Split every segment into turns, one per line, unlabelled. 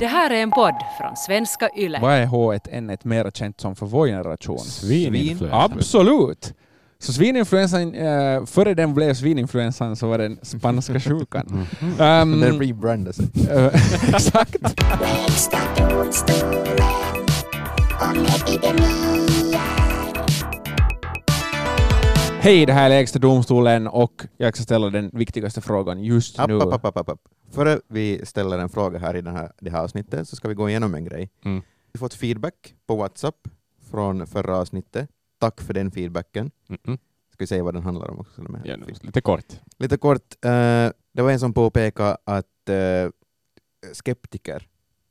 Det här är en podd från svenska YLE.
Vad är H1N1 mer känt som för vår generation?
Svininfluensan.
Absolut! Så svininfluensan, eh, före den blev svininfluensan så var den spanska sjukan. Ehm,
Mm. Den rebrandar sig.
eh, exakt. Hej, det här är Lägsta domstolen och jag ska ställa den viktigaste frågan just
App,
nu.
app, app, app, app, app. Före vi ställer en fråga här i den här, det här avsnittet så ska vi gå igenom en grej.
Mm.
Vi har fått feedback på Whatsapp från förra avsnittet. Tack för den feedbacken.
Mm-mm.
Ska vi säga vad den handlar om också? den här
Ja, nu, lite kort.
Lite kort, eh, det var en som påpekade att eh, skeptiker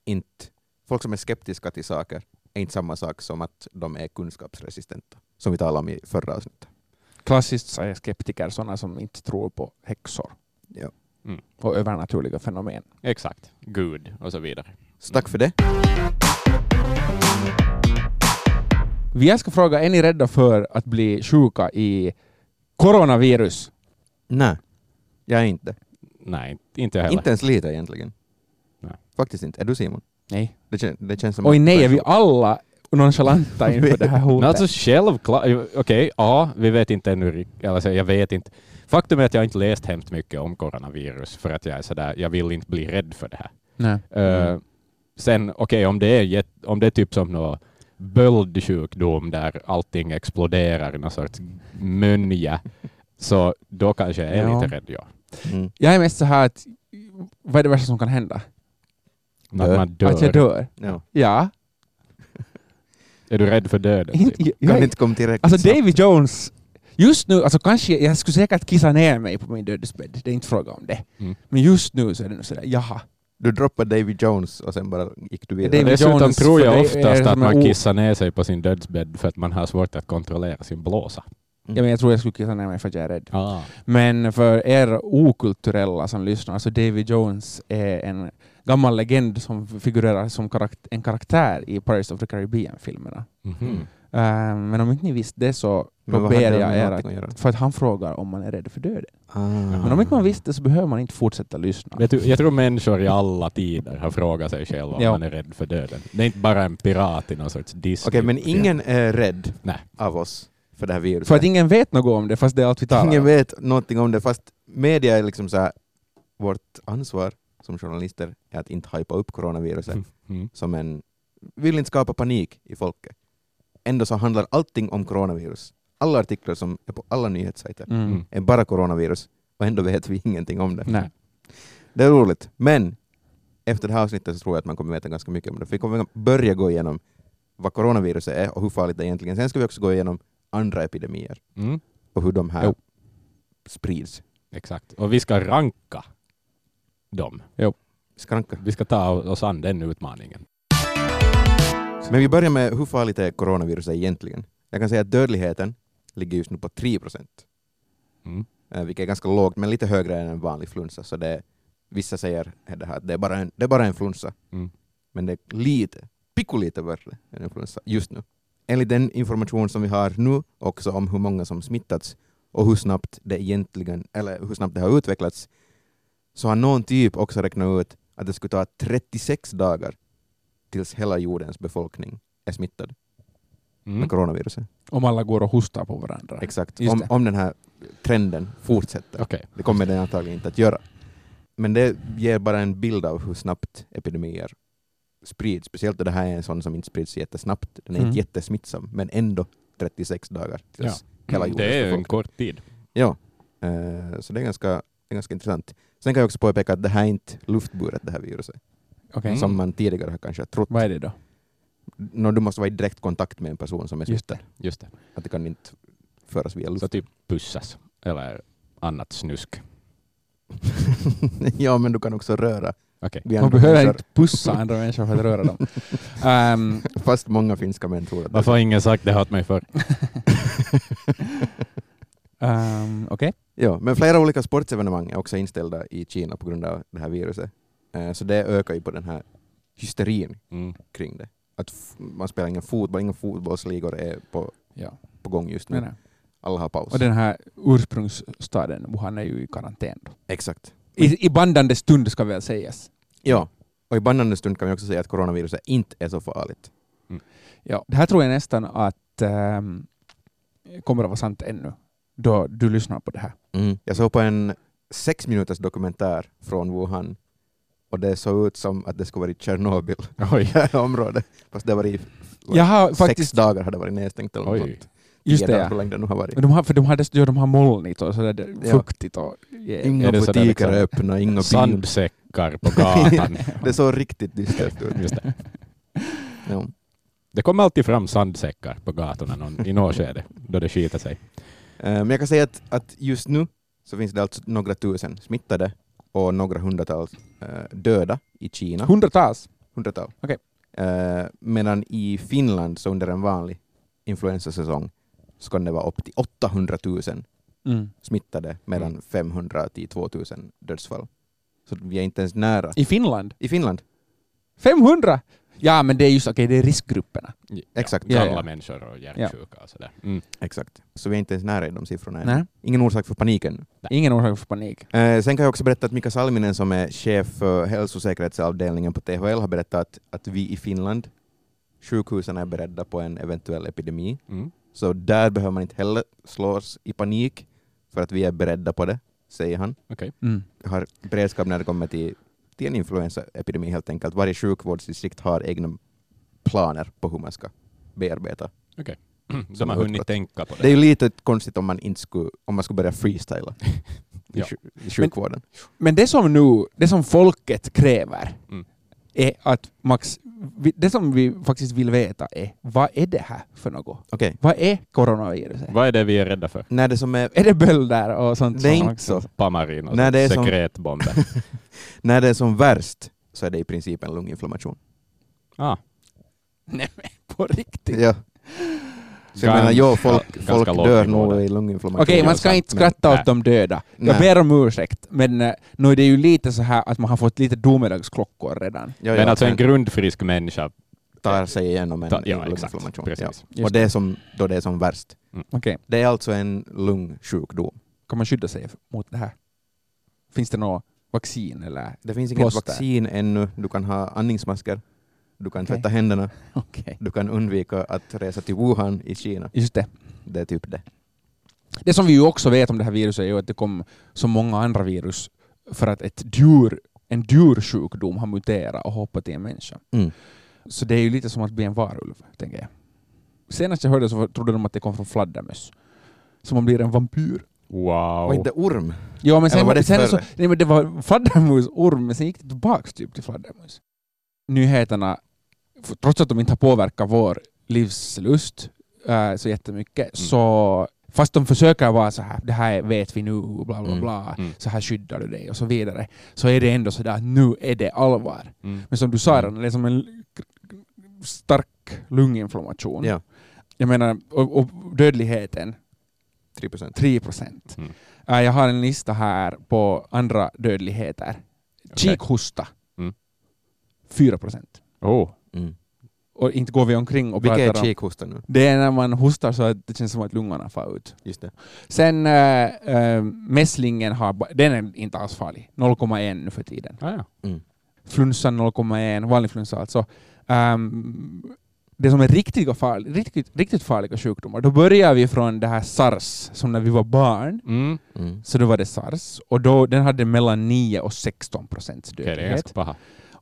inte, folk som är skeptiska till saker är inte samma sak som att de är kunskapsresistenta, som vi talade om i förra avsnittet.
Klassiskt säger skeptiker sådana som inte tror på häxor
Ja.
Mm.
och övernaturliga fenomen.
Exakt. Gud och så vidare.
Så tack för det.
Vi ska fråga, är ni rädda för att bli sjuka i coronavirus?
Nej, jag är inte.
Nej, inte jag heller.
Inte ens lite egentligen.
Nej.
Faktiskt inte. Är du Simon?
Nej.
Det, kän, det känns som...
Oj nej, är vi alla nonchalanta inför det här
Men
hotet?
alltså självklart, okej, ja, vi vet inte ännu, rikt- eller så, jag vet inte. Faktum är att jag inte läst hemskt mycket om coronavirus för att jag är sådär, jag vill inte bli rädd för det här.
nej.
Eh, sen okej, om det är jätt- om det är typ som någon böldsjukdom där allting exploderar i någon sorts mönja, så då kanske jag är
Ja.
lite rädd, ja.
Mm.
Jag är mest så här att, vad är det värsta som kan hända?
Att
Dö.
man dör.
Att jag dör?
Ja.
Ja.
Är du rädd för döden? typ?
Inte- jag-
Kan inte komma tillräckligt
Alltså
snabbt.
David Jones, just nu, alltså kanske, jag skulle säkert kissa ner mig på min dödsbädd, det är inte fråga om det.
Mm.
Men just nu så är det nog sådär, jaha.
Du droppade David Jones och sen bara gick du vidare. Mm.
David
Dessutom
Jones,
tror
för
jag
det är
oftast
som
att
en
man
o-
kissar ner sig på sin dödsbädd för att man har svårt att kontrollera sin blåsa.
Mm.
Ja, men jag tror jag skulle kissa ner mig för att jag är rädd.
Ah.
Men för er okulturella som lyssnar, så David Jones är en gammal legend som figurerar som karakt en karaktär i Pirates of the Caribbean-filmerna.
Mhm.
Eh, men om inte ni visste det så
Men
då
vad hade
ber
det
jag
med
er
någonting att
att...
göra?
För att han frågar om man är rädd för döden.
Ah.
Men om inte man visste så behöver man inte fortsätta lyssna.
Vet du, jag tror människor i alla tider har frågat sig själva om
Ja.
man är rädd för döden. Det är inte bara en pirat i någon sorts Disney.
Okej, men ingen Mm. är rädd
Nej.
av oss för det här viruset.
För att ingen vet något om det fast det är allt vi talar
Ingen
om.
vet någonting om det, fast media är liksom så här, vårt ansvar som journalister är att inte hypa upp coronaviruset
Mm.
som en... vill inte skapa panik i folket. Ändå så handlar allting om coronavirus. Alla artiklar som är på alla nyhetssajter
Mm.
Mm.
är bara coronavirus och ändå vet vi ingenting om det.
Nej.
Det är roligt, men efter det här avsnittet så tror jag att man kommer veta ganska mycket om det. För vi kommer börja gå igenom vad coronaviruset är och hur farligt det är egentligen. Sen ska vi också gå igenom andra epidemier
Mm.
och hur de här
Jo.
sprids.
Exakt. Och vi ska ranka dem.
Skranka.
Vi ska ta oss an den utmaningen.
Men vi börjar med hur farligt är coronaviruset egentligen? Jag kan säga att dödligheten ligger just nu på 3 procent,
Mm.
Eh, vilket är ganska lågt, men lite högre än en vanlig flunsa. Så det är, vissa säger det här, att det är bara en, det är bara en flunsa,
Mm.
men det är lite, picolite värre än en flunsa just nu. Enligt den information som vi har nu också om hur många som smittats och hur snabbt det egentligen, eller hur snabbt det har utvecklats, så har någon typ också räknat ut att det skulle ta 36 dagar tills hela jordens befolkning är smittad
Mm.
med coronaviruset.
Om alla går och hostar på varandra.
Exakt.
Just
Om,
det.
om den här trenden fortsätter.
Okej.
Det kommer den antagligen inte att göra. Men det ger bara en bild av hur snabbt epidemier sprids. Speciellt då det här är en sån som inte sprids jättesnabbt. Den är
Mm.
inte jättesmittsam, men ändå 36 dagar tills hela jordens
Mm, Det är ju en
befolkning-
kort tid.
Ja. Eh, Så det är, ganska, det är ganska intressant. Sen kan jag också påpeka att det här är inte luftburet, det här viruset.
Okej.
Som
Mm.
man tidigare har kanske trott.
Vad är det då?
Nå, Du måste vara i direkt kontakt med en person som är
Just
smittad.
Just det.
Att det kan inte föras via
Så
luft.
typ pussas eller annat snusk.
ja, men du kan också röra.
Okej.
vid
Man
andra
behöver
människor,
inte pussa andra människor för att röra dem. Ehm,
Fast många finska män tror att
Varför har ingen sagt det här åt mig förr?
ehm, Okej.
Ja, men flera olika sportsevenemang är också inställda i Kina på grund av det här viruset. Eh, Så det ökar ju på den här hysterin
Mm.
kring det. Att f- man spelar ingen fotboll, inga fotbollsligor är på,
Ja.
på gång just
Nej,
nu.
nej.
Alla har paus.
Mm. Och den här ursprungsstaden Wuhan är ju i karantän. Då. Mm.
Exakt.
I, I bandande stund ska väl sägas.
Ja, Och i bannande stund kan vi också säga att coronaviruset inte är så farligt.
Ja, det här tror jag nästan att ehm, kommer att vara sant ännu, då du lyssnar på det här.
Mm.
Jag såg på en sex minuters dokumentär från Wuhan och det såg ut som att det skulle varit Tjernobyl i
Oj.
det här området. Fast det var i Oj.
Jag har
sex
faktiskt...
dagar hade varit nedstängt eller något
Oj.
sånt.
Just
Tio
det,
dagar,
ja.
hur länge det nu har varit.
Men de har, för de har, dess- ja, de har molnigt och sådär det-
Ja.
fuktigt och... Yeah.
Inga
Är det sådär
butiker
liksom
är öppna, inga bilar.
Sandsäckar på gatan.
Det såg riktigt dystert ut.
Just det.
Ja.
det kommer alltid fram sandsäckar på gatorna någon, i något skede då det skiter sig.
Eh, Men jag kan säga att, att just nu så finns det alltså några tusen smittade och några hundratals eh, döda i Kina.
Hundratals.
hundratal.
Okej.
Eh, medan i Finland, så under en vanlig influensasäsong, så kan det vara upp till 800 000
Mm.
smittade, medan
Mm.
500 till 2000 dödsfall. Så vi är inte ens nära.
I Finland?
I Finland,
500? Ja, men det är just okej, det är riskgrupperna.
Exakt.
Ja,
Ja,
gamla
ja.
människor och hjärtsjuka och sådär. Mm.
exakt. Så vi är inte ens nära i de siffrorna. än.
Nej.
Ingen orsak för paniken.
Ingen orsak för panik.
Eh, sen kan jag också berätta att Mika Salminen som är chef för hälsosäkerhetsavdelningen på THL har berättat att, att vi i Finland, sjukhusen är beredda på en eventuell epidemi.
Mm.
Så där behöver man inte heller slås i panik för att vi är beredda på det, säger han.
Okej.
Mm.
Har beredskap när det kommer till, till en influensaepidemi helt enkelt. Varje sjukvårdsdistrikt har egna planer på hur man ska bearbeta.
De har
har
hunnit
utgått.
tänka på det.
Det är ju lite konstigt om man, inte skulle, om man skulle börja freestyla i,
Ja.
sju- i sjukvården.
Men det som nu, det som folket kräver
Mm.
är att Max, vi- det som vi faktiskt vill veta är vad är det här för något?
Okej,
Vad är coronaviruset?
Vad är det vi är rädda för?
när det som är...
Är det bölder och sånt?
Det är
som
inte
också-
så.
Pamarin och
Nej, det är som-
sekretbomber.
När det är som värst så är det i princip en lunginflammation.
Ah,
Nej, men på riktigt.
Ja. Typ. Så jag
Gans-
menar, jo, folk,
ganska
folk
lågt
dör
nivå
nog
där.
i lunginflammation.
Okej, man ska
Men-
inte skratta
Nej.
åt de döda. Jag
Nej.
ber om ursäkt, men eh, nu är det ju lite så här att man har fått lite domedagsklockor redan.
Ja,
men
ja,
alltså en
men-
grundfrisk människa.
tar sig igenom en
Ta- ja,
lunginflammation.
exakt.
Ja.
Precis.
Och det är som, då det är som värst.
Okej,
Det är alltså en lungsjukdom.
kan man skydda sig mot det här? Finns det något vaccin eller?
Det finns inget
Plåster.
vaccin ännu. Du kan ha andningsmasker, du kan
Okej.
tvätta händerna,
Okej.
du kan undvika att resa till Wuhan i Kina.
Just det.
Det är typ det.
Det som vi ju också vet om det här viruset är ju att det kom som många andra virus för att ett djur, en djursjukdom har muterat och hoppat till en människa.
Mm.
Så det är ju lite som att bli en varulv, tänker jag. Senast jag hörde så trodde de att det kom från fladdermöss. Så man blir en vampyr.
Var
Wow.
inte orm?
Ja, men
Eller
sen,
var det
sen så,
förr?
nej, men det var fladdermus, orm, men sen gick det tillbaks typ till fladdermus. Nyheterna, för- trots att de inte har påverkat vår livslust äh, så jättemycket,
Mm.
så fast de försöker vara så här, det här vet vi nu, bla bla
Mm,
bla,
mm.
så här skyddar du dig och så vidare, så är det ändå så där att nu är det allvar.
Mm.
Men som du sa,
Mm.
det är som en l- stark lunginflammation.
Ja,
Jag menar, och, och dödligheten
3 procent.
3 procent. Äh,
Mm.
jag har en lista här på andra dödligheter. Kikhosta,
Mm.
4 procent.
Oh.
Mm.
Och inte går vi omkring och
Vilket är
pratar om...
kikhosta nu?
Det är när man hostar så att det känns som att lungorna far ut.
Just det.
Sen äh, äh, mässlingen har... ba- Den är inte alls farlig. 0,1 nu för tiden.
Ah, ja.
Flunsan 0,1, vanlig flunsa alltså. Ehm, det som är riktiga farl- riktigt, riktigt farliga sjukdomar, då börjar vi från det här sars, som när vi var barn.
mm.
Mm.
Så då var det sars. Och då, den hade mellan 9 och 16 procents
Okej, det är
dödlighet.
ganska paha.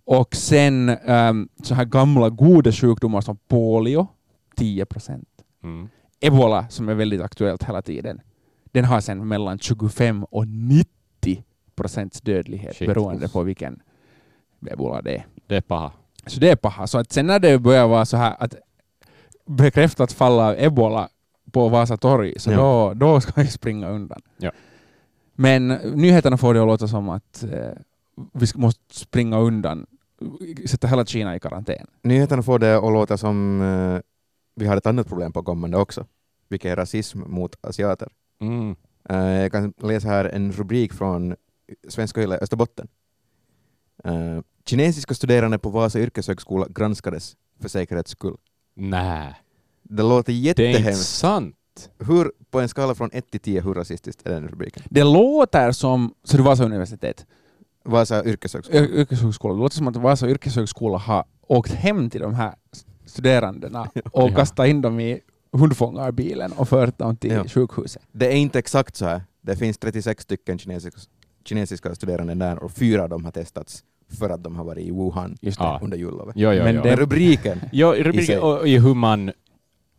Och sen ehm, så här gamla goda sjukdomar som polio, 10 procent.
Mm.
Ebola, som är väldigt aktuellt hela tiden, den har sen mellan 25 och 90 procents dödlighet
Shit.
beroende på vilken ebola det är.
Det är paha.
Så det är paha. Så att sen när det börjar vara så här att bekräftat fall av ebola på Vasa torg, så
Ja.
då, då ska vi springa undan.
Ja.
Men nyheterna får det att låta som att eh, vi ska- måste springa undan, sätta hela Kina i karantän.
Nyheterna får det att låta som eh, vi har ett annat problem på kommande också, vilket är rasism mot asiater.
Mm.
Eh, Jag kan läsa här en rubrik från Svenska Yle Österbotten. Eh, Kinesiska studerande på Vasa yrkeshögskola granskades för säkerhets skull.
Nä.
Det låter
Det är inte
jättehemskt.
sant.
Hur, på en skala från 1 till 10, hur rasistiskt är den rubriken?
Det låter som, så det var så universitet,
Vasa yrkeshögskola.
Yr- yrkeshögskola. Det låter som att Vasa yrkeshögskola har åkt hem till de här studerandena och
Ja.
kastat in dem i hundfångarbilen och fört dem till
Ja.
sjukhuset.
Det är inte exakt så här. Det finns 36 stycken kinesiska, kinesiska studerande där och fyra av dem har testats för att de har varit i Wuhan
Just
Ja.
under jullovet.
Jo, jo,
Men
jo.
det-
Men rubriken,
Ja,
i sig.
rubriken, och i hur man...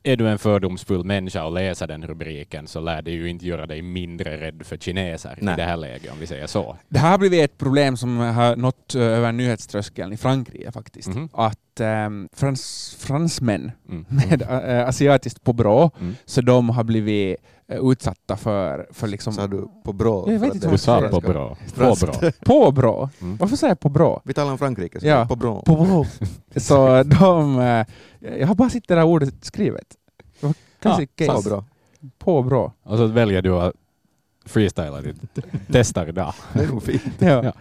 Är du en fördomsfull människa och läser den rubriken så lär det ju inte göra dig mindre rädd för kineser
Nej.
i det här läget, om vi säger så.
Det här har blivit ett problem som har nått eh, över nyhetströskeln i Frankrike faktiskt.
Mhm.
Att ehm, frans, fransmän
Mm.
med äh, asiatiskt påbrå,
Mm.
så de har blivit eh, utsatta för, för liksom...
sa du på bra.
Jag vet
för att
inte
det
vad
är
Du sa på
franska.
bra. På
Franskt.
bra.
Påbrå?
Mm.
Varför säger jag påbrå?
Vi talar om Frankrike, så
Ja.
på bra.
Påbrå. så de... eh, jag har bara sett det där ordet skrivet. Det var Kanske
Sa
case.
bra.
Påbrå.
Och så väljer du att freestyla ditt testar idag.
Det är nog fint.
Ja.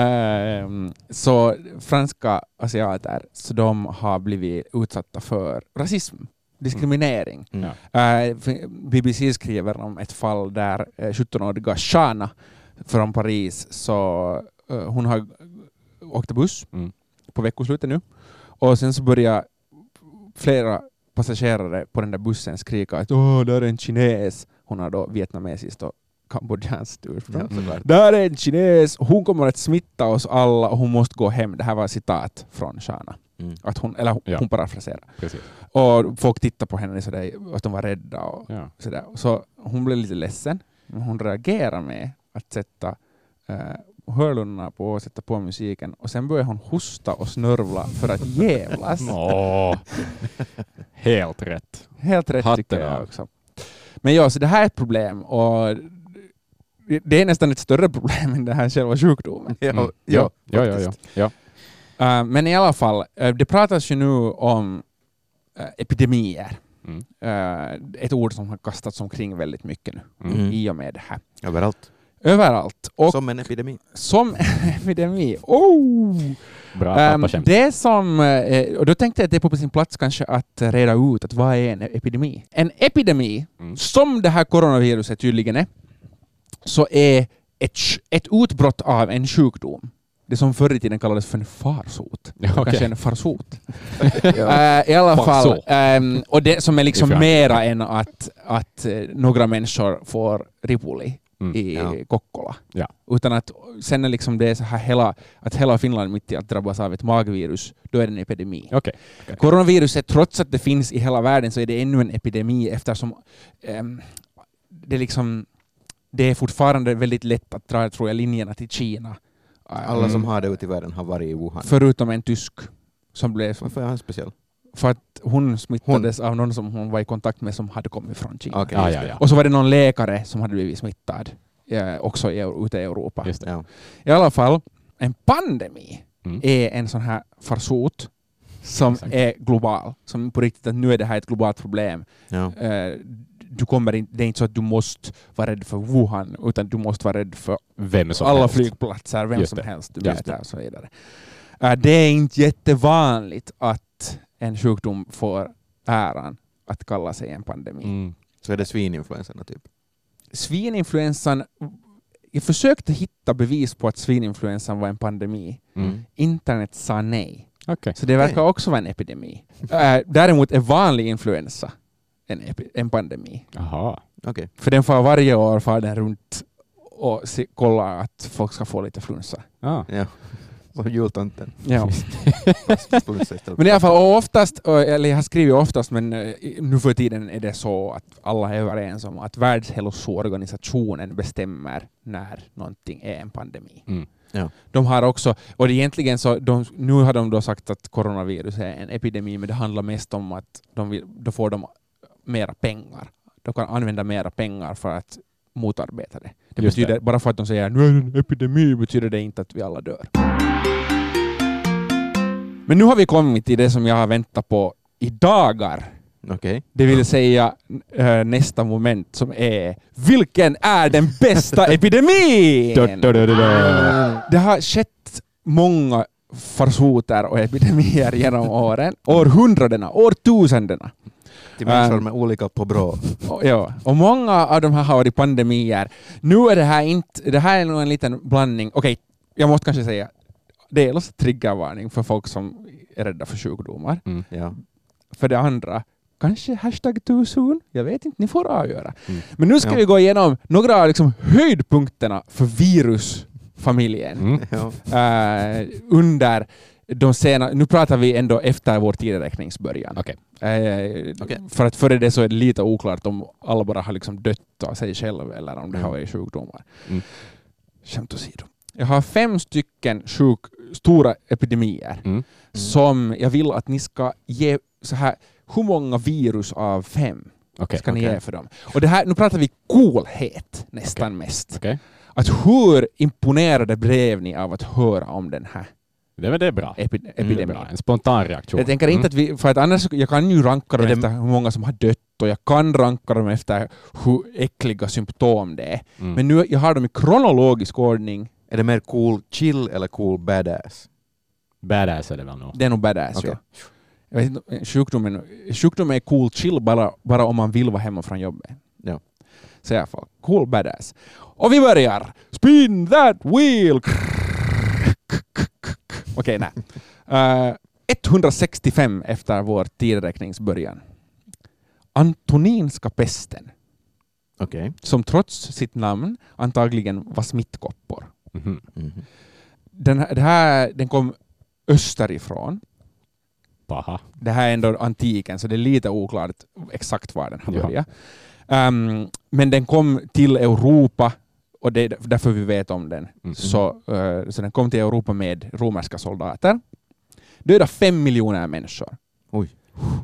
Ehm, så franska asiater, så de har blivit utsatta för rasism, diskriminering.
Mm.
Eh, f- BBC skriver om ett fall där eh, 17-åriga Shana från Paris, så eh, hon har åkt buss
Mm.
på veckoslutet nu, och sen så börjar flera passagerare på den där bussen skrika att åh, där är en kines. Hon har då vietnamesiskt och kambodjanskt ursprung.
Ja, såklart.
Där är en kines, hon kommer att smitta oss alla och hon måste gå hem. Det här var citat från Shana.
Mm.
Att hon, eller hon,
Ja.
hon parafraserar.
Precis.
Och folk tittade på henne sådär, att de var rädda och
Ja.
sådär. Så hon blev lite ledsen, men hon reagerade med att sätta eh, hörlurarna på och sätta på musiken. Och sen började hon hosta och snörvla för att jävlas.
Åh. Helt rätt.
Helt rätt
Hatten
tycker jag
av.
också. Men ja, så det här är ett problem och det- det är nästan ett större problem än den här själva sjukdomen.
Ja,
Mm.
ja,
ja, ja, ja.
faktiskt.
ja.
Eh, men i alla fall, eh, det pratas ju nu om eh, epidemier.
Mm.
Eh, ett ord som har kastats omkring väldigt mycket nu
Mm.
Mm.
i och med det här.
Överallt.
Överallt. Och som,
Som en epidemi.
epidemi. Oh!
Bra
Ehm,
pappaskämt.
det som, eh, och då tänkte jag att det är på sin plats kanske att reda ut att vad är en epidemi? En epidemi,
Mm.
som det här coronaviruset tydligen är, så är ett, sj- ett utbrott av en sjukdom. Det som förr i tiden kallades för en farsot.
Ja, okej.
Kanske en farsot.
Ja.
Eh, I alla
Fan,
fall,
så.
ehm, och det som är liksom
If you
mera än att, att eh, några människor får ripuli
Mm.
i
Ja.
Kokkola.
Ja.
Utan att sen är liksom det är så här hela, att hela Finland mitt i att drabbas av ett magvirus, då är det en epidemi.
Okej.
Coronaviruset, trots att det finns i hela världen, så är det ännu en epidemi eftersom ehm, det, liksom, det är fortfarande väldigt lätt att dra tror jag, linjerna till Kina. Eh,
Mm.
Alla som har det ute i världen har varit i Wuhan.
Förutom en tysk som blev
Varför är han speciell?
För att hon smittades av någon som hon var i kontakt med som hade kommit från Kina.
Okej,
Ja,
just
ja,
det.
ja.
Och så var det någon läkare som hade blivit smittad, eh, också i, Eu- ute i Europa.
Just det.
Ja.
I alla fall, en pandemi
Mm.
är en sån här farsot som
Exakt.
är global. Som på riktigt, att nu är det här ett globalt problem.
Ja.
Eh, du kommer in, det är inte så att du måste vara rädd för Wuhan, utan du måste vara rädd för
Vem som
alla
helst.
flygplatser, vem
Just
som
det.
helst, du
Just
vet det och så vidare. Eh, det är inte jättevanligt att en sjukdom får äran att kalla sig en pandemi.
Mm.
Så är det svininfluenserna typ.
Svininfluensan, jag försökte hitta bevis på att svininfluensan var en pandemi.
Mm.
Internet sa nej,
Okej.
så det verkar
Nej.
också vara en epidemi. Eh, däremot är vanlig influensa en, epi- en pandemi.
Jaha.
Okej.
För den får varje år far den runt och se, kolla att folk ska få lite flunsa.
Ah.
Ja. Och jultomten.
Ja.
Flunsa istället.
Men i alla fall, och oftast, eller jag har skrivit oftast, men eh, nu för tiden är det så att alla är överens om att Världshälsoorganisationen bestämmer när någonting är en pandemi.
Mm.
Ja.
De har också, och det är egentligen så, de, nu har de då sagt att coronavirus är en epidemi, men det handlar mest om att de vill, då får de mera pengar. De kan använda mera pengar för att motarbeta det. Det
Just
betyder,
det.
bara för att de säger nu är det en epidemi betyder det inte att vi alla dör. Men nu har vi kommit till det som jag har väntat på i dagar.
Okej.
Det vill säga eh, nästa moment som är Vilken är den bästa epidemin? Det har skett många farsoter och epidemier genom åren. Århundradena, årtusendena.
Till människor med olika på bra.
Och, ja. och många av de här har varit pandemier. Nu är det här inte, det här är nog en liten blandning. Okej, jag måste kanske säga dels triggervarning för folk som är rädda för sjukdomar.
Mm.
Ja.
För det andra, kanske hashtag too soon? Jag vet inte, ni får avgöra.
Mm.
Men nu ska
Ja.
vi gå igenom några av liksom höjdpunkterna för virusfamiljen
Mm.
Ja.
eh, under de sena, nu pratar vi ändå efter vår tideräkningsbörjan.
Okej.
Eh,
Okej.
För att före det så är det lite oklart om alla bara har liksom dött av sig själv eller om det har
Mm.
varit sjukdomar.
Mm.
Skämt åsido. Jag har fem stycken sjuk, stora epidemier
Mm.
som jag vill att ni ska ge så här, hur många virus av fem
Okej.
ska ni
okej.
ge för dem? Och det här, nu pratar vi coolhet nästan mest.
Okej.
Att hur imponerade blev ni av att höra om den här
Det, men det är bra.
epi-
Mm, det
epidemin?
är bra. En spontan reaktion.
Jag tänker inte att vi, för att annars, jag kan ju ranka dem
Är det-
efter hur många som har dött och jag kan ranka dem efter hur äckliga symptom det är.
Mm.
Men nu, jag har dem i kronologisk ordning.
Är det mer cool chill eller cool badass?
Badass är det väl nog.
Det är nog badass.
Okej.
Ja. Jag vet inte, eh, sjukdomen, sjukdomen är cool chill bara, bara om man vill vara hemma från jobbet.
Ja.
Så i alla fall, cool badass. Och vi börjar! Spin that wheel! Okej, nej. Eh, 165 efter vår tideräkningsbörjan. Antoninska pesten,
Okej.
som trots sitt namn antagligen var smittkoppor.
Mhm.
Mhm.
Den, här- det här, den kom österifrån.
Paha. Mm,
Det här är ändå antiken, så det är lite oklart exakt var den har
Ja.
börjat. Ehm, men den kom till Europa, och det är därf- därför vi vet om den.
Mm.
Så, eh, så den kom till Europa med romerska soldater. Döda fem miljoner människor.
Oj.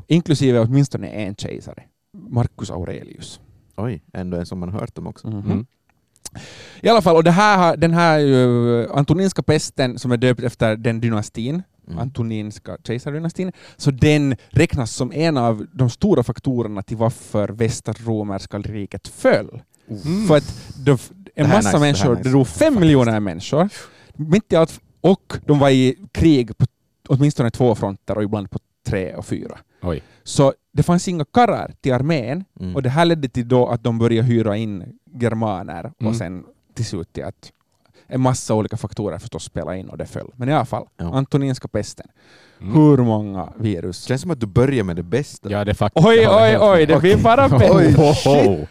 Inklusive åtminstone en kejsare. Marcus Aurelius.
Oj, ändå en som man hört om också.
Mhm.
Mm.
I alla fall, och det här, har- den här eh, antoninska pesten som är döpt efter den dynastin
Mm.
antoninska kejsardynastin, så den räknas som en av de stora faktorerna till varför västromerska riket föll.
Mm.
För att de, f- en
Det här är
massa
nice, det här är
människor,
nice.
det drog fem
Faktiskt.
miljoner människor, mitt i allt, och de var i krig på åtminstone två fronter och ibland på tre och fyra.
Oj.
Så det fanns inga karrar till armén
Mm.
och det här ledde till då att de började hyra in germaner
Mm.
och sen till slut till att en massa olika faktorer förstås spelade in och det föll. Men i alla fall,
Ja.
antoninska pesten.
Mm.
Hur många virus?
känns som att du börjar med det bästa.
Ja, det är faktiskt...
Oj,
jag håller
oj,
helt
oj,
med.
det blir bara
Oj,
bättre.
Oj,
ho, ho.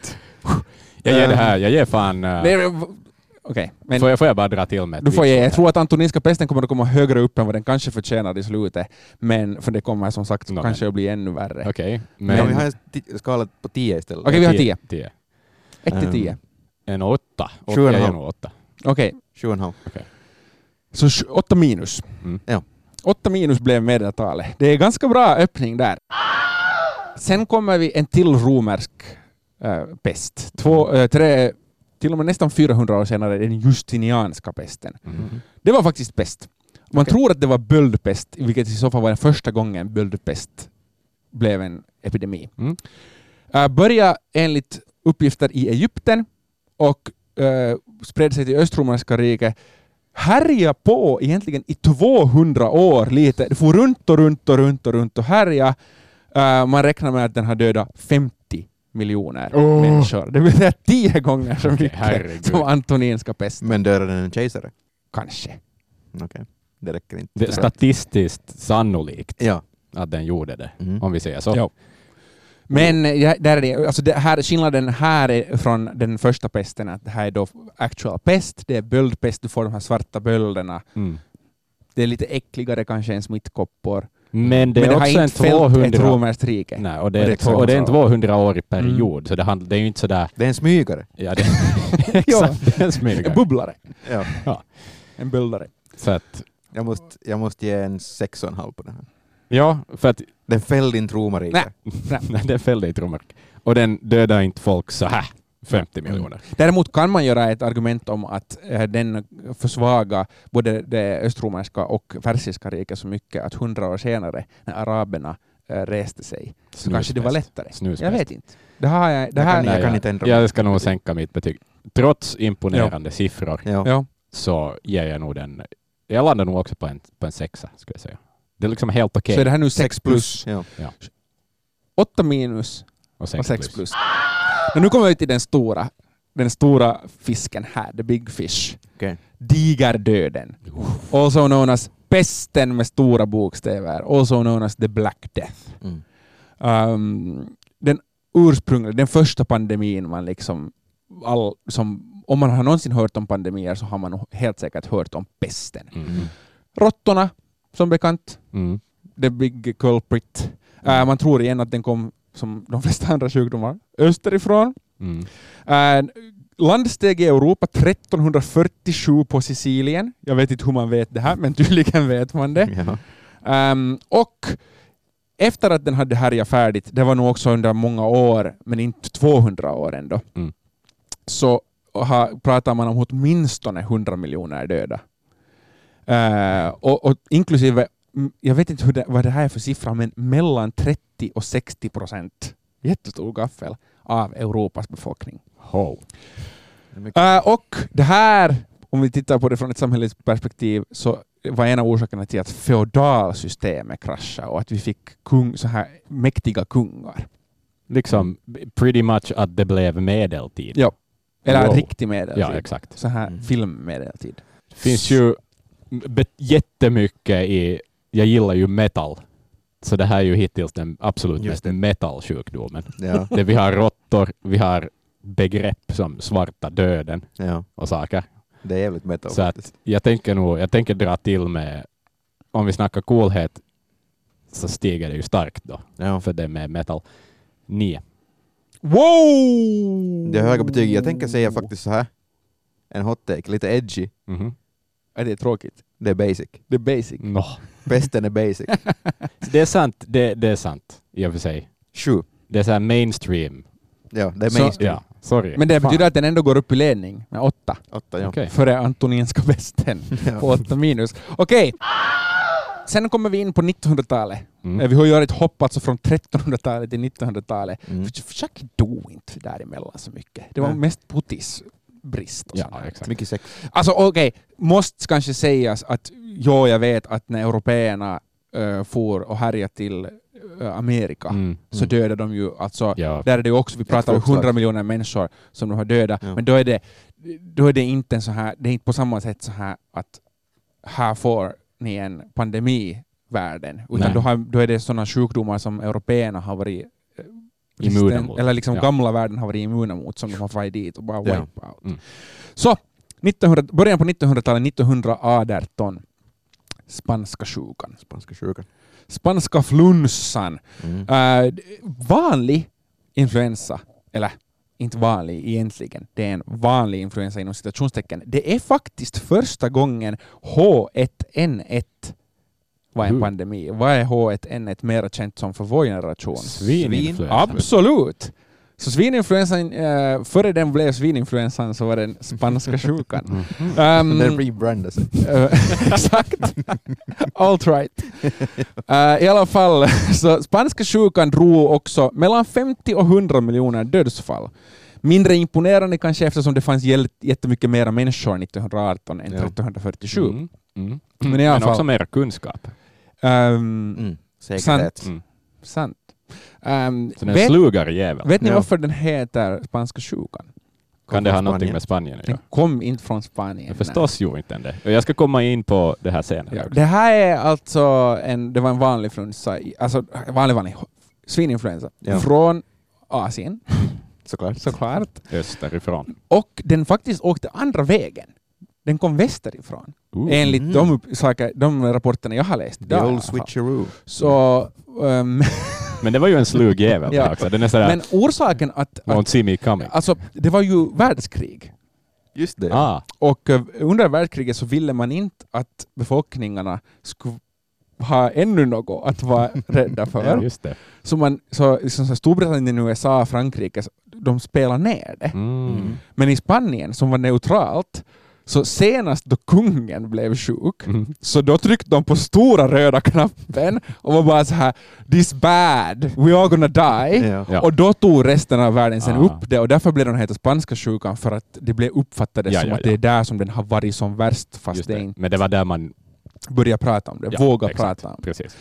Jag ger det här, jag ger fan... eh,
Nej, men- Okej, men
får, jag, får jag bara dra till med ett
du får
vitsord
ge. Jag
här?
tror att antoninska pesten kommer att komma högre upp än vad den kanske förtjänar i slutet. Men för det kommer som sagt
Nå,
kanske att bli ännu värre. Okej,
Okej.
Men...
Men...
Ja, vi har en ti- skala på tio istället.
vi har tio.
tio.
Ett till
Ehm,
tio.
En åtta.
Sju och en
Jag ger
halv.
nog åtta.
Okej,
Sju och en halv.
så sj- åtta minus.
Mm.
Ja.
Åtta minus blev medeltalet. Det är ganska bra öppning där. Sen kommer vi en till romersk eh, pest. Två, eh, tre, till och med nästan 400 år senare, den justinianska pesten.
Mhm.
Det var faktiskt pest. Man
Okej.
tror att det var böldpest, vilket i så fall var den första gången böldpest blev en epidemi.
Mm.
Uh, började enligt uppgifter i Egypten och eh, spred sig till Östromerska riket. Härja på egentligen i 200 år lite. Det for runt och runt och runt och runt och härja. Eh, man räknar med att den har dödat 50 miljoner
Åh.
människor. Det vill säga tio gånger så
Okej,
mycket
herregud.
som antoninska pesten.
Men dödade den en kejsare?
Kanske.
Okej, det räcker inte.
Det är statistiskt sannolikt
Ja.
att den gjorde det,
Mm.
om vi säger så.
Ja. Men eh, ja, där är det, alltså det här, skillnaden här är från den första pesten att det här är då actual pest, det är böldpest, du får de här svarta bölderna.
Mm.
Det är lite äckligare kanske än smittkoppor.
Men det är
Mm. Men
också
har
en
inte fällt ett
200...
romerskt rike.
Nej, och det, är
det är
liksom- och det är en 200-årig
Mm.
period, så det, handl- det är ju inte sådär...
Det är en smygare.
Ja, det, exakt, det är en smygare.
En bubblare.
Ja.
En böldare.
Så att,
Jag, måste, jag måste ge en sex och en halv på den här.
ja, för att
Den fällde inte romarriket.
Nej.
Nej, den fällde inte Romark. Och den dödar inte folk så här. 50
Mm.
miljoner.
Däremot kan man göra ett argument om att eh, den försvagar både det östromerska och persiska riket så mycket att hundra år senare när araberna eh, reste sig så kanske det var lättare.
Snusfest.
Jag vet inte. Det, har jag, det
Jag
här
kan- jag kan
ja.
inte ändra mig.
Jag ska nog sänka mitt betyg. Trots imponerande siffror
Ja.
Ja.
så ger jag nog den... Jag landar nog också på en, på en sexa, skulle jag säga. Det är liksom helt okej.
Så är det här nu 6 plus.
Ja.
8 minus
Och sex
och 6 plus. Men nu kommer vi till den stora den stora fisken här, the big fish,
Okej.
digerdöden, also known as pesten med stora bokstäver, also known as the black death.
Mm.
Ehm, den ursprungliga, den första pandemin man liksom, all, som, om man har någonsin hört om pandemier så har man nog helt säkert hört om pesten.
Mm.
Råttorna, som bekant,
Mm.
the big culprit. Eh, man tror igen att den kom, som de flesta andra sjukdomar, österifrån.
Mm.
Eh, landsteg i Europa 1347 på Sicilien. Jag vet inte hur man vet det här, men tydligen vet man det. Ah.
Jaha.
Ehm, och efter att den hade härjat färdigt, det var nog också under många år, men inte 200 år ändå,
Mm.
så har, pratar man om åtminstone 100 miljoner döda. Eh, och, och inklusive, mm, jag vet inte hur det, vad det här är för siffra, men mellan 30 och 60 procent, jättestor gaffel, av Europas befolkning.
Ho.
Det är mycket.
Eh, och det här, om vi tittar på det från ett samhälleligt perspektiv, så var en av orsakerna till att feodalsystemet kraschade och att vi fick kung, så här mäktiga kungar.
Liksom pretty much att det blev medeltid.
Ja. Eller
Wow.
riktig medeltid.
Ja, exakt.
Så här
Mm.
filmmedeltid.
Det finns ju bet- jättemycket i... Jag gillar ju metal. Så det här är ju hittills den absolut
Just
mest
det.
metalsjukdomen.
Ja,
Där vi har råttor, vi har begrepp som svarta döden
ja,
och saker.
det är jävligt metal.
Så att
faktiskt.
jag tänker nog, jag tänker dra till med, om vi snackar coolhet, så stiger det ju starkt då,
ja.
för det med metal. Nio.
Wow!
Det är höga betyg. Jag tänker säga faktiskt så här. En hot take, lite edgy.
Mhm.
Ja, det är tråkigt.
Det är basic.
Det är basic.
Nå.
Pesten är basic.
Det är sant, det, det är sant i och för sig.
Sju.
Det är så här mainstream.
Ja, det är
Så-
mainstream.
Ja, sorry.
Men det
Fan.
betyder att den ändå går upp i ledning med åtta,
Åtta, ja.
Okej.
före antoninska västen på
ja.
åtta minus. Okej. Sen kommer vi in på 1900-talet. Eh,
Mm.
Vi har gjort ett hopp alltså från 1300-talet till 1900-talet.
Mm.
Jack dog inte däremellan så mycket. Det var
Nej.
mest putisbrist. och sånt
Ja,
här.
exakt.
Mycket sex.
Alltså okej, måste kanske sägas att ja, jag vet att när européerna uh, for och härjade till eh, Amerika
Mm.
så
Mm.
dödade de ju alltså
Ja.
där är det ju också, vi pratar om
folkslag.
100 miljoner människor som de har dödat,
Ja.
men då är, det, då är det inte en så här, det är inte på samma sätt så här att här får ni en pandemi världen, utan
Nej.
då, har, då är det sådana sjukdomar som européerna har varit eh,
Immuna
resistent-
mot.
eller liksom
Ja.
gamla världen har varit immuna mot, som de har farit dit och bara wipe
Ja.
out.
Mm.
Så, 1900, början på 1900-talet, 1918, spanska sjukan.
Spanska sjukan.
Spanska flunsan
Mm.
Eh, d- vanlig influensa, eller inte vanlig egentligen, det är en vanlig influensa inom citationstecken. Det är faktiskt första gången H1N1 var en
Mm.
pandemi. Vad är H1N1 mer känt som för vår generation?
Svininfluensa.
Absolut! Så svininfluensan, eh, före den blev svininfluensan så var den spanska sjukan.
Mhm.
Ehm,
Den rebrandar sig.
Eh, Exakt. Alt right. Eh, I alla fall, så spanska sjukan drog också mellan 50 och 100 miljoner dödsfall. Mindre imponerande kanske eftersom det fanns jäl- jättemycket mera människor 1918 än
Ja.
1347.
Mm. Mm.
Men
Men,
i alla fall-
också mer kunskap.
Ehm,
Mm.
Sant.
Säkerhet.
Mm.
Sant. Ehm,
Så den
vet,
slugar jävel.
vet ni
Ja.
varför den heter spanska sjukan?
Kan det ha
från
någonting
Spanien.
med Spanien att
Den
göra?
kom inte från Spanien.
Jag
nej.
förstås ju inte det. Och Jag ska komma in på det här senare.
Ja, det här är alltså en, det var en vanlig influensa, i- alltså vanlig, vanlig svininfluensa
Ja.
från Asien
Såklart.
såklart.
Österifrån.
Och den faktiskt åkte andra vägen. Den kom västerifrån.
Uh.
Enligt
Mm.
de, upp- saker, de rapporterna jag har läst.
The
idag i alla
old
fall.
switcheroo.
Så, ehm,
Mm. Men det var ju en slug jävel
Ja.
också. Den är sådär,
men orsaken att,
won't
att
see me coming.
alltså, det var ju världskrig.
Just det.
Ah,
Och eh, under världskriget så ville man inte att befolkningarna skulle ha ännu något att vara rädda för.
ja, just det.
Så, man, så, liksom, så Storbritannien, USA, Frankrike, så- de spelar ner det.
Mm.
Men i Spanien, som var neutralt, så senast då kungen blev sjuk,
Mm.
så då tryckte de på stora röda knappen och var bara så här “This bad, we are gonna die”.
Ja.
Ja.
Och då tog resten av världen sen
Ah.
upp det och därför blev den heta spanska sjukan för att det blev uppfattades
Ja,
som
ja,
att
ja.
det är där som den har varit som värst fast
Just
det
det.
inte
Men det var där man...
börjar prata om det,
Ja,
våga
exakt.
prata om det.
Precis.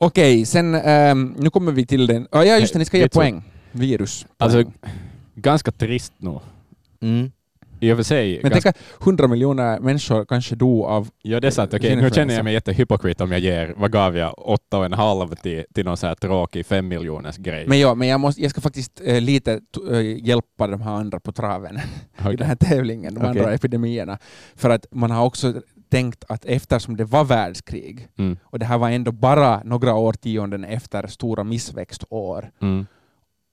Okej, sen ehm, nu kommer vi till den... Ah, ja just det, ni ska ge
Vet du-
poäng. Virus.
Alltså, ganska trist nog
Mm.
I och för sig...
Men
ganska-
tänk att 100 miljoner människor kanske dog av...
Ja, det är sant. Okej, nu
Jennifer,
känner
så.
jag mig jättehypokrit om jag ger, vad gav jag, åtta och en halv till, till någon så här tråkig fem miljoners grej.
Men ja, men jag, måste, jag ska faktiskt eh, lite t- eh, hjälpa de här andra på traven i den här tävlingen, de andra
Okej.
epidemierna. För att man har också tänkt att eftersom det var världskrig
Mm.
och det här var ändå bara några årtionden efter stora missväxtår
Mm.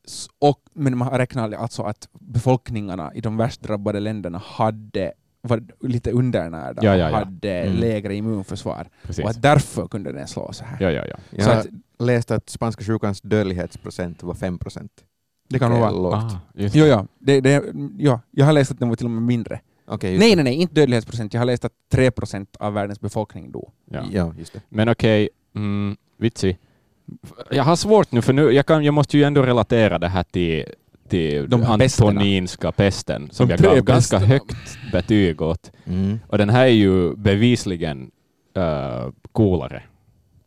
S- och, men man räknade alltså att befolkningarna i de värst drabbade länderna hade var lite undernärda
Ja, ja,
och
ja.
hade
Mm.
lägre immunförsvar.
Precis.
Och att därför kunde den slå så här.
Ja, ja, ja.
Jag
Så
har
att-
läst att spanska sjukans dödlighetsprocent var 5 procent.
Det kan nog vara.
lågt.
Ah, just.
Jo, ja, det, det, ja, jag har läst att den var till och med mindre.
Okej, just
Nej, nej, nej, inte dödlighetsprocent. Jag har läst att 3% av världens befolkning dog.
Ja.
det. Ja, just det.
Men okej, mm, vitsig. Jag har svårt nu, för nu, jag, kan, jag måste ju ändå relatera det här till, till
De
De
här pesterna.
antoninska pesten, som
De
jag
tre
gav ganska
pesterna.
högt betyg åt.
Mm.
Och den här är ju bevisligen äh, coolare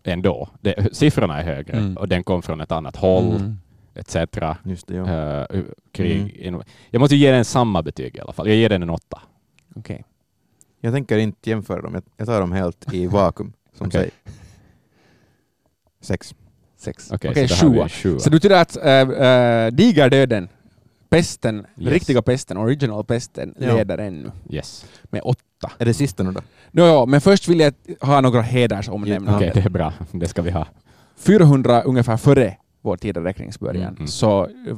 ändå. Det, siffrorna är högre
Mm.
och den kom från ett annat håll, etc.
Just det, ja.
eh, krig. inom- Jag måste ge den samma betyg i alla fall. Jag ger den en åtta.
Okej.
Jag tänker inte jämföra dem, jag, jag tar dem helt i vakuum. Som
Okej.
säger. Sex.
Sex.
Okej,
Okej,
så det här blir
sjua.
en sjua.
Så det betyder att äh, äh, digerdöden, pesten, den
Yes.
riktiga pesten, original pesten,
Ja.
leder ännu
Yes.
med åtta.
Är det sista nu då?
Nå, ja, men först vill jag ha några hedersomnämnanden.
Okej, det är bra. Det ska vi ha.
400 ungefär före vår tideräkningsbörjan,
Mm.
så eh,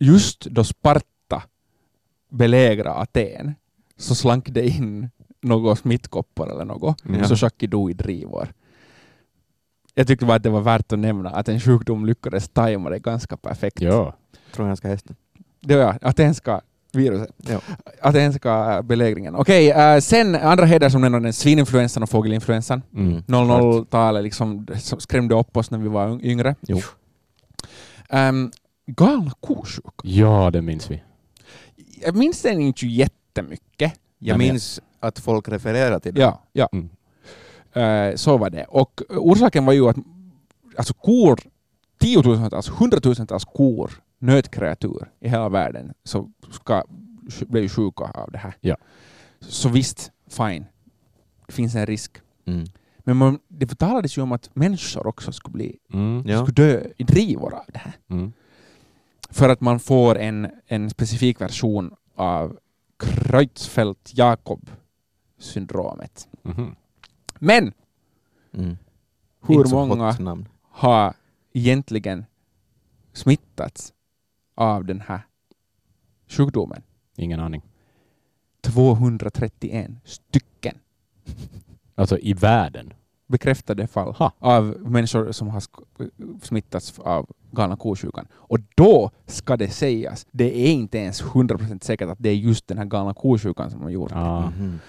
just då Sparta belägrade Aten så slank det in några smittkoppor eller något,
Mm.
så Shaki dog i drivor. Jag tyckte bara att det var värt att nämna att en sjukdom lyckades tajma det ganska perfekt.
Ja.
Trojanska hästen.
Det var atenska viruset.
Ja.
Atenska belägringen. Okej, eh, sen andra hedersomnämnanden, svininfluensan och fågelinfluensan.
Mm.
00-talet liksom som skrämde upp oss när vi var yng- yngre.
Jo.
Ehm, galna kosjukan.
Ja, det minns vi.
Jag minns den inte jättemycket.
Jag
men-
minns att folk refererar till det.
Ja, ja.
Mm.
Eh, så var det. Och orsaken var ju att alltså kor, tiotusentals, hundratusentals kor, nötkreatur i hela världen, så ska, blev ju sjuka av det här.
Ja.
Så visst, fine. Det finns en risk.
Mm.
Men man, det talades ju om att människor också skulle bli
Mm.
Ja.
skulle dö i drivor av det här.
Mm.
För att man får en, en specifik version av Creutzfeldt-Jakob-syndromet.
Mhm.
Men
Mm.
hur
Inte så
många
hot namn.
har egentligen smittats av den här sjukdomen?
Ingen aning.
231 stycken
Alltså i världen.
bekräftade fall
Ha.
av människor som har sk- smittats av galna kosjukan. Och då ska det sägas, det är inte ens 100% säkert att det är just den här galna kosjukan som har gjort det.
Ah.
Mhm.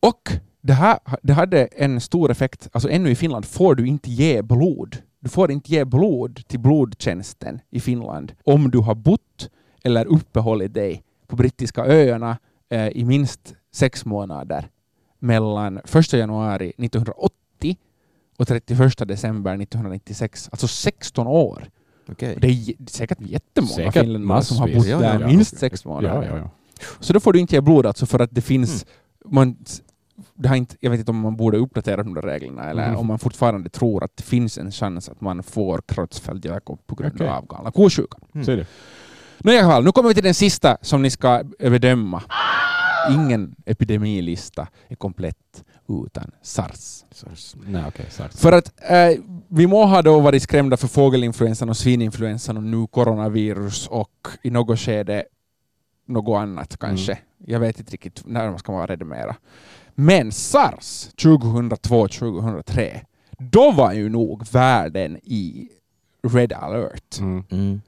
Och det här det hade en stor effekt, alltså ännu i Finland får du inte ge blod. Du får inte ge blod till blodtjänsten i Finland om du har bott eller uppehållit dig på brittiska öarna eh, i minst sex månader mellan 1 januari 1980 och 31 december 1996, alltså 16 år.
Okej.
Det är j- säkert jättemånga
Säkert
finländare som har
massvis.
bott
Ja,
där
ja,
minst
ja.
sex månader.
Ja, ja, ja.
Så då får du inte ge blod alltså för att det finns...
Mm.
Man, det har inte, jag vet inte om man borde uppdatera de där reglerna eller
Mm.
om man fortfarande tror att det finns en chans att man får Creutzfeldt-Jakob på grund
Okej.
av galna kosjukan.
Mm.
Ser du?
Nå, i alla fall, nu kommer vi till den sista som ni ska bedöma. Ingen epidemilista är komplett utan sars.
Nej, okej. sars.
För att eh, vi må ha då varit skrämda för fågelinfluensan och svininfluensan och nu coronavirus och i något skede något annat kanske. Jag vet inte riktigt när man ska vara rädd mera. Men sars 2002-2003, då var ju nog världen i red alert.
Mm.
Mm.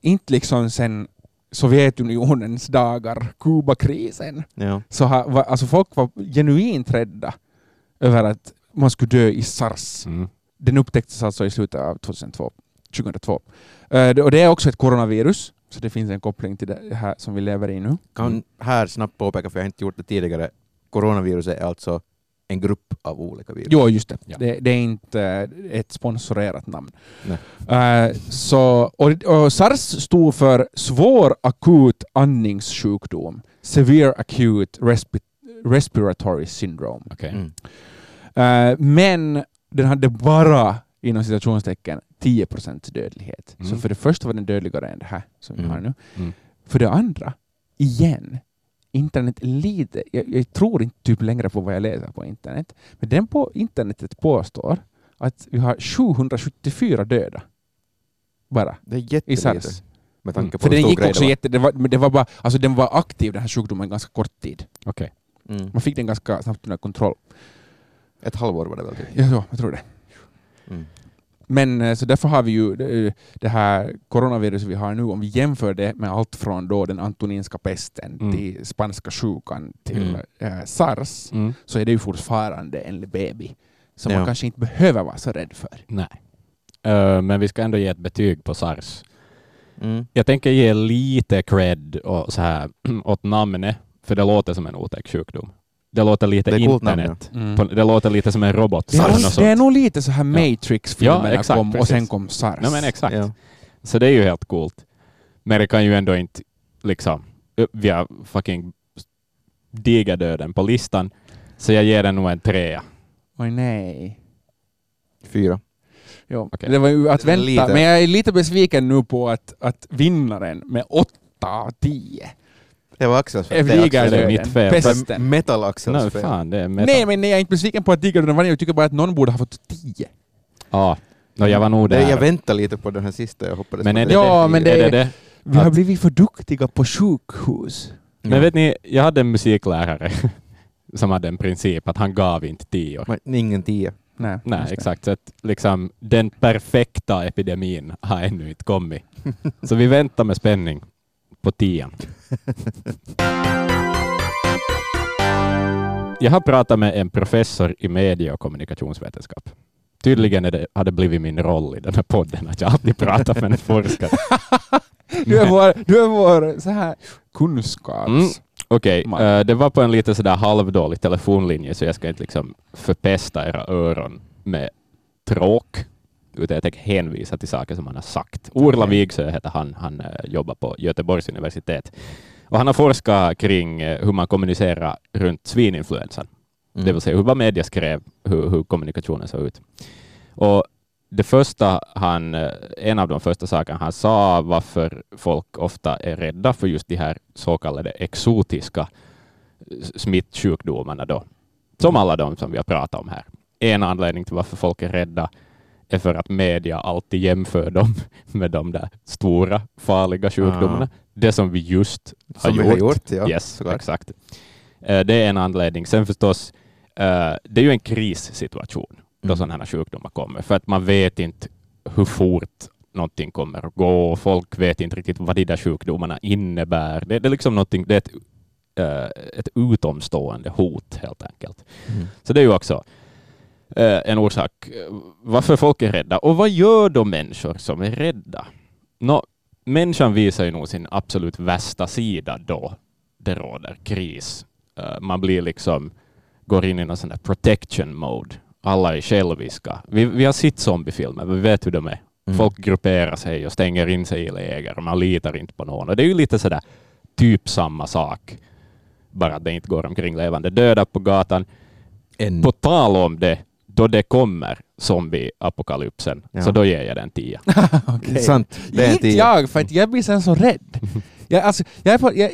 Inte liksom sen Sovjetunionens dagar, Kubakrisen,
Ja.
så har, va, alltså folk var genuint rädda över att man skulle dö i sars.
Mm.
Den upptäcktes alltså i slutet av 2002. 2002. Eh, det- och det är också ett coronavirus, så det finns en koppling till det här som vi lever i nu.
Mm.
Kan här snabbt påpeka, för jag har inte gjort det tidigare. Coronaviruset är alltså en grupp av olika virus.
Jo, just det.
Ja.
det. Det är inte eh, ett sponsorerat namn.
Nej.
Eh, så, och, och SARS stod för svår akut andningssjukdom, Severe Acute Respi- Respiratory Syndrome.
Okej.
Mm.
Eh, men den hade bara, inom citationstecken, 10 dödlighet. Så
Mm.
för det första var den dödligare än det här som vi
Mm.
har nu.
Mm.
För det andra, igen, internet lider. Jag, jag tror inte typ längre på vad jag läser på internet. Men den på internetet påstår att vi har 774 döda. Bara.
Det är
I
jättelite
SARS.
med
Mm.
tanke på
För
hur
den
stor
gick
grej
också
det var.
jätte... Det var, men det var bara, alltså den var aktiv, den här sjukdomen, ganska kort tid.
Okej.
Mm.
Man fick den ganska snabbt under kontroll.
Ett halvår var det väl? Typ.
Ja, ja, jag tror det.
Mm.
Men eh, så därför har vi ju eh, det här coronaviruset vi har nu, om vi jämför det med allt från då den antoninska pesten
Mm.
till spanska sjukan till
Mm.
eh, sars,
Mm.
så är det ju fortfarande en baby som
Ja.
man kanske inte behöver vara så rädd för.
Nej. Eh, men vi ska ändå ge ett betyg på SARS.
Mm.
Jag tänker ge lite cred och så här, åt namnet, för det låter som en otäck sjukdom. Det låter lite
Det är coolt namn,
internet. På, det låter lite som en robot.
Det,
eller något
är, det är
sånt.
nog lite så här Matrix-filmerna
Mm. Ja, exakt,
kom och
precis.
sen kom sars.
Nej, men exakt.
Ja.
Så det är ju helt coolt. Men det kan ju ändå inte liksom... Vi har fucking digerdöden på listan. Så jag ger den nog en trea.
Oj nej.
Fyra.
Jo.
Okej.
Det var ju att
Det är
vänta,
lite-
men jag är lite besviken nu på att, att vinnaren med 8 av 10
Det var Axels
är
fel. Det är Axels
det är
digerdöden,
mitt fel.
pesten.
Metal-Axels
Nej,
fel.
fan, det är metal.
Nej, men nej, jag är inte besviken på att digerdöden vann. Jag tycker bara att någon borde ha fått 10.
Ja, Nå, jag var nog
Det, jag
där.
väntar lite på den här sista, jag hoppades
Men
på
är det
det.
Ja, men det-
är det, det?
Vi har
Att-
blivit för duktiga på sjukhus.
Mm.
Men vet ni, jag hade en musiklärare som hade en princip att han gav inte tio.
Men ingen tia.
Nej,
Nej,
just det.
exakt. Så att liksom, den perfekta epidemin har ännu inte kommit. Så vi väntar med spänning på tian. Jag har pratat med en professor i medie och kommunikationsvetenskap. Tydligen är det, har det blivit min roll i den här podden att jag alltid pratar med en forskare.
Du är vår, du är vår så här, kunskaps...
Mm. Okej,
Mark.
eh, det var på en lite sådär halvdålig telefonlinje så jag ska inte liksom förpesta era öron med tråk. Utan jag tänker hänvisa till saker som han har sagt. Orla
Okej.
Wigsö heter han. Han eh, jobbar på Göteborgs universitet. Och han har forskat kring eh, hur man kommunicerar runt svininfluensan.
Mm.
Det vill säga hur vad media skrev, hur, hur kommunikationen såg ut. Och det första han, eh, en av de första sakerna han sa varför folk ofta är rädda för just de här så kallade exotiska s- smittsjukdomarna då. Som alla de som vi har pratat om här. En anledning till varför folk är rädda är för att media alltid jämför dem med de där stora farliga sjukdomarna. Det som vi just
Som
har
vi har
gjort.
gjort, ja.
yes,
såklart.
exakt. Eh, det är en anledning. Sen förstås, eh, det är ju en krissituation då
Mm.
sådana här sjukdomar kommer, för att man vet inte hur fort någonting kommer att gå. och Folk vet inte riktigt vad de där sjukdomarna innebär. Det, det är liksom någonting, det är ett, eh, ett utomstående hot helt enkelt.
Mm.
Så det är ju också eh, en orsak eh, varför folk är rädda. Och vad gör då människor som är rädda? Nå, människan visar ju nog sin absolut värsta sida då det råder kris. Eh, man blir liksom, går in i någon sån där protection mode. Alla är själviska. Vi, vi har sett zombiefilmer, vi vet hur de är.
Mm.
Folk grupperar sig och stänger in sig i läger och man litar inte på någon. Och det är ju lite sådär typ samma sak. Bara att det inte går omkring levande döda på gatan.
Mm.
En.
På tal om det, då det kommer zombieapokalypsen,
Ja.
så då ger jag den tia.
Okej.
Sant. Det är
inte
tia.
jag, för att jag blir sen så rädd. Jag, alltså, jag, är på, jag,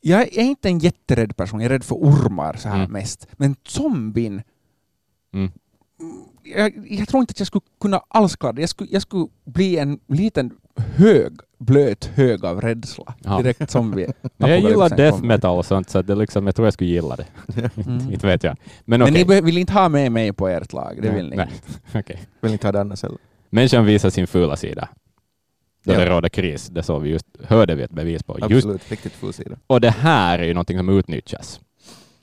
jag är inte en jätterädd person, jag är rädd för ormar så här
Mm.
mest. Men zombien,
Mm.
jag, jag tror inte att jag skulle kunna alls klara det. Jag skulle, jag skulle bli en liten hög, blöt hög av rädsla.
Ja.
Direkt zombie.
Men jag gillar
apokalypsen
death
kommer.
metal och sånt, så det liksom, jag tror jag skulle gilla det.
Mm.
Inte vet jag. Men
Men
okej.
ni be- vill inte ha med mig på ert lag, det
Nej,
vill ni
nej.
inte.
Okej.
Vill inte ha det annars heller.
Människan visar sin fula sida. Då
Ja.
det råder kris, det såg vi just, hörde vi ett bevis på. Just,
Absolut, riktigt full sida.
och det här är ju någonting som utnyttjas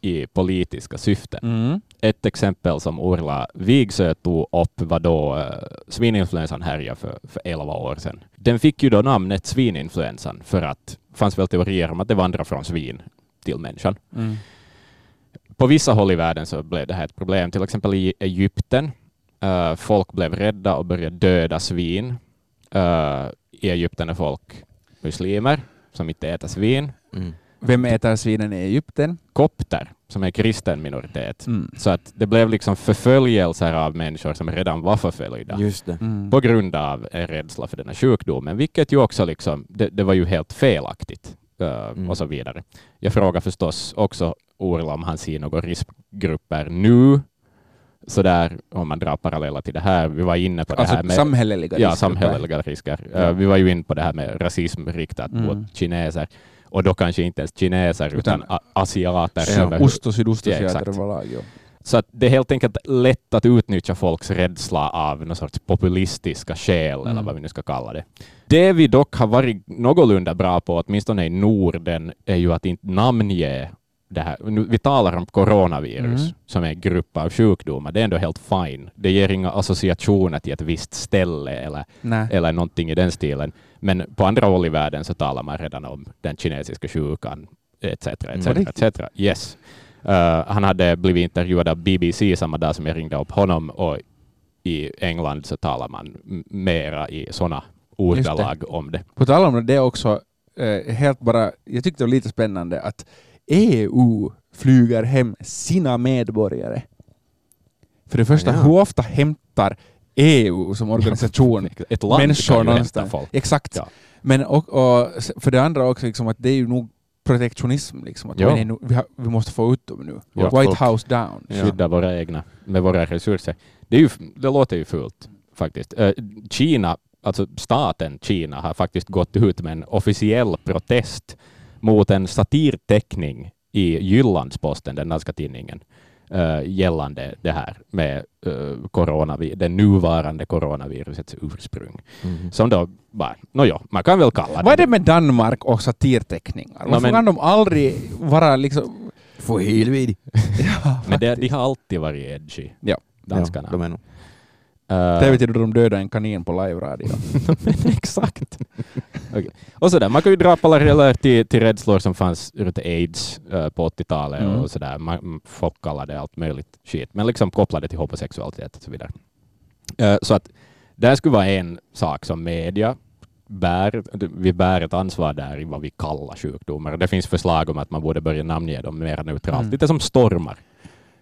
i politiska syften.
Mm.
Ett exempel som Orla Wigsö tog upp var då eh, svininfluensan härjade för, för 11 år sedan. Den fick ju då namnet svininfluensan för att det fanns väl teorier om att det vandrar från svin till människan.
Mm.
På vissa håll i världen så blev det här ett problem. Till exempel i Egypten. Eh, folk blev rädda och började döda svin. Eh, I Egypten är folk muslimer som inte äter svin.
Mm.
Vem äter svinen i Egypten?
Kopter, som är kristen minoritet. Så att det blev liksom förföljelser av människor som redan var förföljda.
Just det.
Mm.
på grund av en rädsla för den här sjukdomen, vilket ju också liksom, det, det var ju helt felaktigt eh,
Mm.
och så vidare. Jag frågar förstås också Orla om han ser några riskgrupper nu, sådär om man drar paralleller till det här. Vi var inne på det
Alltså
här med
samhälleliga
ja,
risker.
samhälleliga risker. Eh,
Ja.
vi var ju inne på det här med rasism riktat
Mm.
mot kineser och då kanske inte ens kineser utan,
Utan-
a- asiater.
Så
överhuvud-
Ost och sydostasiater
Ja, exakt.
överlag. Ja.
så att det är helt enkelt lätt att utnyttja folks rädsla av någon sorts populistiska skäl, eller
Mm.
vad vi nu ska kalla det. Det vi dock har varit någorlunda bra på, åtminstone i Norden, är ju att inte namnge det här. Nu, vi talar om coronavirus,
Mm.
som är en grupp av sjukdomar. Det är ändå helt fine. Det ger inga associationer till ett visst ställe eller,
Nej.
eller någonting i den stilen. Men på andra håll i världen så talar man redan om den kinesiska sjukan, etc. etc,
På riktigt?
etc. Yes. Eh, han hade blivit intervjuad av BBC samma dag som jag ringde upp honom och i England så talar man m- mera i sådana ordalag om det.
På tal om det, det är också eh, helt bara, jag tyckte det var lite spännande att EU flyger hem sina medborgare. För det första,
Ja.
hur ofta hämtar EU som organisation
Ett land
människor
kan ju hämta
någonstans.
folk.
Exakt.
Ja.
Men och, och, s- för det andra också, liksom, att det är ju nog protektionism. Liksom, att
Ja.
men, nu- vi, har, vi måste få ut dem nu.
Ja.
White
Folk-
House down.
Ja.
Skydda våra egna med våra resurser. Det, är ju, f- det låter ju fult faktiskt. Eh, Kina, alltså staten Kina har faktiskt gått ut med en officiell protest mot en satirteckning i Jyllandsposten, den danska tidningen, eh, gällande det här med uh, coronavi- det nuvarande coronavirusets ursprung.
Mhm.
Som då bara, nåja, man kan väl kalla det
Vad är det med Danmark och satirteckningar?
Nå,
Varför
men-
kan de aldrig vara liksom...
För helvete.
Men det, de har alltid varit edgy,
Ja.
danskarna.
Ja, de är nog.
Eh,
Det betyder de dödade en kanin på live-radio.
Men Exakt. Okej. Och sådär, man kan ju dra paralleller till, till rädslor som fanns runt aids eh, på 80-talet
Mm.
och sådär. Man, mm, folk kallade allt möjligt shit, men liksom kopplade till homosexualitet och så vidare. Eh, så att det här skulle vara en sak som media bär. Vi bär ett ansvar där i vad vi kallar sjukdomar. Det finns förslag om att man borde börja namnge dem mer neutralt.
Mm.
Lite som stormar,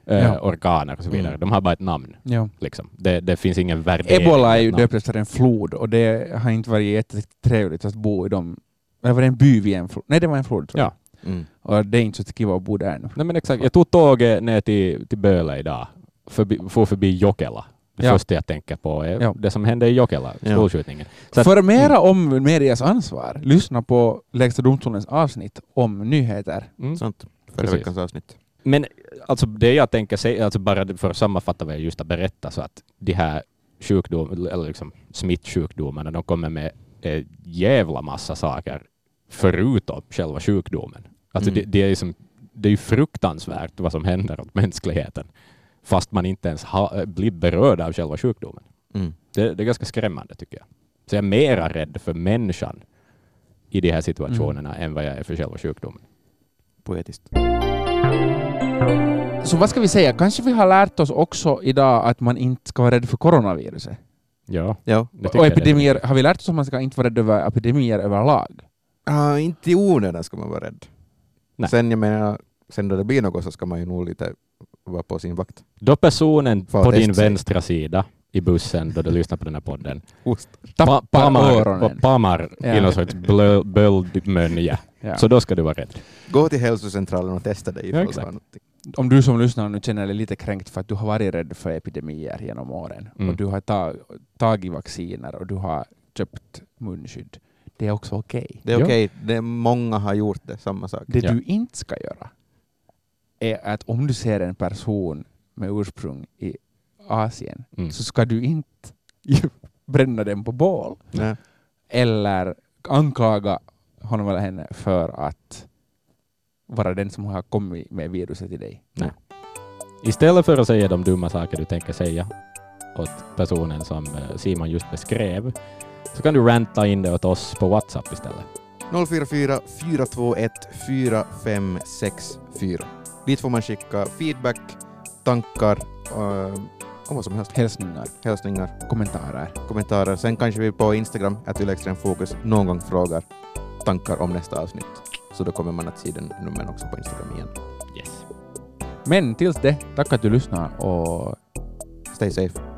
eh,
Ja.
orkaner och så vidare.
Mm.
De har bara ett namn.
ja.
Liksom. Det, det finns ingen värdering.
Ebola är ju
av namn.
döpt efter en flod och det har inte varit jättetrevligt att bo i dem. Det var det en by vid en flod? Nej, det var en flod tror jag.
Ja.
Mm.
Och det är inte så kiva att bo där nu.
Nej men exakt. Jag tog tåget ner till, till Böle idag. Förbi, for förbi Jokela. Det
Ja.
första jag tänker på är
Ja.
det som hände i Jokela,
Ja.
skolskjutningen. Så att-
För mera om medias ansvar, lyssna på Lägsta domstolens avsnitt om nyheter.
Mm.
Sant. Förra
Precis.
veckans avsnitt.
Men alltså det jag tänker säga, alltså bara för att sammanfatta vad jag just har berättat, så att de här sjukdom, eller liksom smittsjukdomarna, de kommer med eh, jävla massa saker förutom själva sjukdomen. Alltså
Mm.
det, det, är som, det är ju fruktansvärt vad som händer åt mänskligheten, fast man inte ens ha, blir berörd av själva sjukdomen.
Mm.
Det, det är ganska skrämmande tycker jag. Så jag är mera rädd för människan i de här situationerna
Mm.
än vad jag är för själva sjukdomen.
Poetiskt.
Så vad ska vi säga? Kanske vi har lärt oss också idag att man inte ska vara rädd för coronaviruset.
Ja.
Ja.
Och epidemier, har vi lärt oss att man ska inte vara rädd över epidemier överlag?
Ah, inte i onödan ska man vara rädd.
Nej.
Sen jag menar, sen då det blir något så ska man ju nog lite vara på sin vakt.
Då personen
Får
på
testa
din
sig.
vänstra sida i bussen då du lyssnar på den här podden
Just.
pa- pammar,
öronen.
och pammar
Ja.
i någon sorts blö- böldmönja.
Ja.
Så då ska du vara rädd.
Gå till hälsocentralen och testa dig ifall det
exakt.
var någonting.
om du som lyssnar nu känner dig lite kränkt för att du har varit rädd för epidemier genom åren
Mm.
och du har ta- tagit vacciner och du har köpt munskydd, det är också okej.
Det är
Ja.
okej, det är många har gjort det, samma sak.
Det
Ja.
du inte ska göra är att om du ser en person med ursprung i Asien
Mm.
så ska du inte bränna den på bål
Nej.
eller anklaga honom eller henne för att vara den som har kommit med viruset till dig.
Istället för att säga de dumma saker du tänker säga åt personen som eh, Simon just beskrev så kan du ranta in det åt oss på WhatsApp istället.
044 421 4564. Dit får man skicka feedback, tankar, eh, om vad som helst.
Hälsningar,
Hälsningar,
kommentarer.
kommentarer. Sen kanske vi på Instagram, @ylextremfokus, någon gång frågar tankar om nästa avsnitt. Så då kommer man att se den numren också på Instagram igen.
Yes.
Men tills det, tack att du lyssnar och
Stay safe.